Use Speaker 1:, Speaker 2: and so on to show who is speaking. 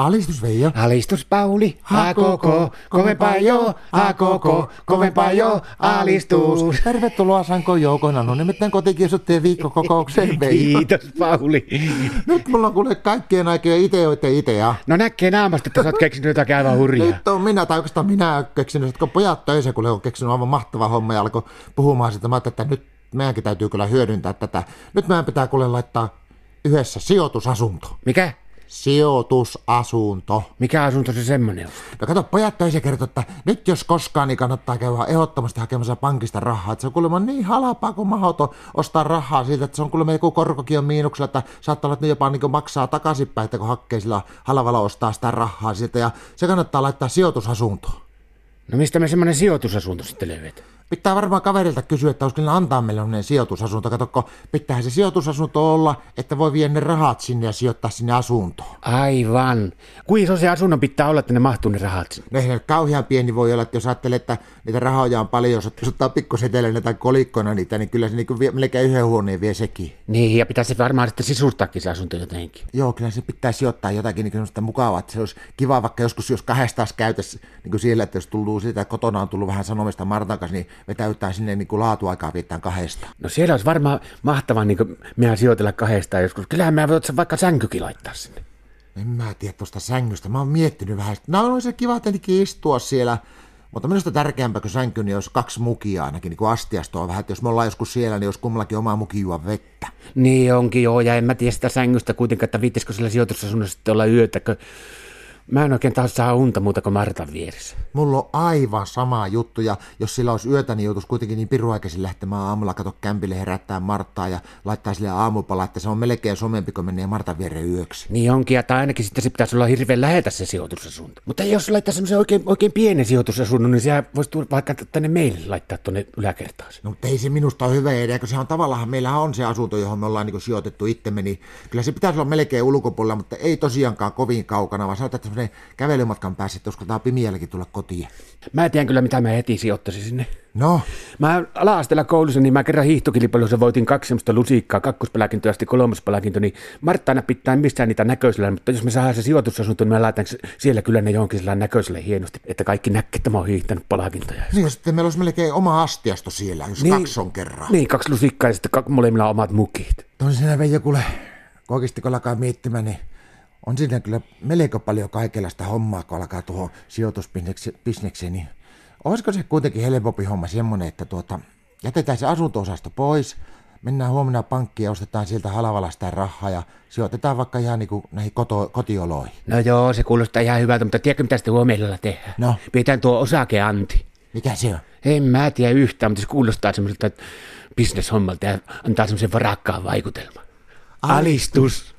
Speaker 1: Alistus Veijo.
Speaker 2: Alistus Pauli, a koko, kovempaa jo, a koko, kovempaa jo, alistus.
Speaker 1: Tervetuloa Sanko Joukona, no nimittäin kotikiusuttiin viikkokokoukseen Veijo.
Speaker 2: Kiitos Pauli.
Speaker 1: Nyt mulla on kuule kaikkien aikojen ideoita ideaa.
Speaker 2: No näkee naamasta, että sä oot keksinyt jotakin aivan hurjaa.
Speaker 1: Nyt on minä, tai oikeastaan minä olen keksinyt, kun pojat töissä, kun ne on keksinyt aivan mahtava homma ja alkoi puhumaan sitä, mä ajattelin, että nyt meidänkin täytyy kyllä hyödyntää tätä. Nyt meidän pitää kuule laittaa yhdessä sijoitusasunto.
Speaker 2: Mikä?
Speaker 1: Sijoitusasunto.
Speaker 2: Mikä asunto se semmonen on?
Speaker 1: No kato, pojat töissä kertoo, että nyt jos koskaan, niin kannattaa käydä ehdottomasti hakemassa pankista rahaa. Että se on kuulemma niin halpaa kuin mahdoton ostaa rahaa siitä, että se on kuulemma joku korkokin on miinuksella, että saattaa olla, että ne jopa niin maksaa takaisinpäin, että kun hakkee sillä halvalla ostaa sitä rahaa siitä. Ja se kannattaa laittaa sijoitusasuntoon.
Speaker 2: No mistä me semmonen sijoitusasunto sitten löydät?
Speaker 1: Pitää varmaan kaverilta kysyä, että olisiko ne antaa meille sellainen sijoitusasunto. Katokko, pitäähän se sijoitusasunto olla, että voi viedä ne rahat sinne ja sijoittaa sinne asuntoon.
Speaker 2: Aivan. Kuin iso se asunnon pitää olla, että ne mahtuu ne rahat sinne?
Speaker 1: No eihän nyt kauhean pieni voi olla, että jos ajattelee, että niitä rahoja on paljon, jos jos ottaa pikkuseteleinä tai kolikkoina niitä, niin kyllä se niin vie, melkein yhden huoneen vie sekin.
Speaker 2: Niin, ja pitäisi varmaan sitten sisustaakin se asunto jotenkin.
Speaker 1: Joo, kyllä se pitää sijoittaa jotakin niin semmoista mukavaa, että se olisi kiva vaikka joskus, jos kahdestaan käytäisi niin kuin siellä, että jos tullut siitä, että kotona on tullut vähän sanomista Martan kanssa, niin vetäytään sinne niin kuin laatuaikaa viettään kahdestaan.
Speaker 2: No siellä olisi varmaan mahtavaa niin mehän sijoitella kahdestaan joskus. Kyllähän mä voit sen vaikka sänkykin laittaa sinne.
Speaker 1: En mä tiedä tuosta sängystä, mä oon miettinyt vähän, että no on se kiva tietenkin istua siellä, mutta minusta tärkeämpää kuin sänky, niin jos kaksi mukia ainakin niin kuin astiastoa vähän, että jos me ollaan joskus siellä, niin jos kummallakin oma muki juo vettä.
Speaker 2: Niin onkin joo, ja en mä tiedä sitä sängystä kuitenkaan, että viittisikö sillä sijoitusasunnossa sitten olla yötä, kun mä en oikein taas saa unta muuta kuin Martan vieressä.
Speaker 1: Mulla on aivan sama juttu ja jos sillä olisi yötä, niin joutuisi kuitenkin niin piruaikaisin lähtemään aamulla kato kämpille herättää Marttaa ja laittaa sille aamupala, että se on melkein somempi, kun menee Martan viereen yöksi.
Speaker 2: Niin onkin, ja tai ainakin sitten se pitäisi olla hirveän lähetä se sijoitusasunto. Mutta jos laittaa semmoisen oikein, oikein pienen sijoitusasunnon, niin sehän voisi tulla vaikka tänne meille laittaa tuonne yläkertaan.
Speaker 1: No mutta ei se minusta ole hyvä idea, kun sehän on tavallaan, meillä on se asunto, johon me ollaan niin kuin sijoitettu itsemme, niin kyllä se pitäisi olla melkein ulkopuolella, mutta ei tosiaankaan kovin kaukana, vaan sanotaan, että semmoinen kävelymatkan päässä, että uskaltaa pimiälläkin tulla kotiin.
Speaker 2: Mä tiedän kyllä, mitä mä heti sijoittaisin sinne.
Speaker 1: No,
Speaker 2: Mä ala-asteella koulussa, niin mä kerran hiihtokilpailussa voitin kaksi semmoista lusikkaa, kakkospalkinto ja sitten kolmospalkinto, niin Martta aina pitää missään niitä näköisellä, mutta jos me saadaan se sijoitusasunto, niin mä laitan s- siellä kyllä ne johonkin sillä näköisellä hienosti, että kaikki näkee, että mä oon hiihtänyt palkintoja.
Speaker 1: niin jos sitten meillä olisi melkein oma astiasto siellä, jos niin. kaksi on kerran.
Speaker 2: Niin, kaksi lusikkaa ja sitten kak- molemmilla on omat mukit.
Speaker 1: On No niin, siinä Veijo, kuule, kun oikeasti kun alkaa miettimään, niin on siinä kyllä melko paljon kaikenlaista hommaa, kun alkaa tuohon sijoitusbisnekseen, niin olisiko se kuitenkin helpompi homma semmoinen, että tuota, jätetään se asunto-osasto pois, mennään huomenna pankkiin ja ostetaan sieltä halvalla sitä rahaa ja sijoitetaan vaikka ihan niin kuin näihin koto, kotioloihin.
Speaker 2: No joo, se kuulostaa ihan hyvältä, mutta tiedätkö mitä sitten huomenna tehdään?
Speaker 1: No.
Speaker 2: Pidetään tuo osakeanti.
Speaker 1: Mikä se on?
Speaker 2: En mä tiedä yhtään, mutta se kuulostaa semmoiselta bisneshommalta ja antaa semmoisen varakkaan vaikutelman. Alistus!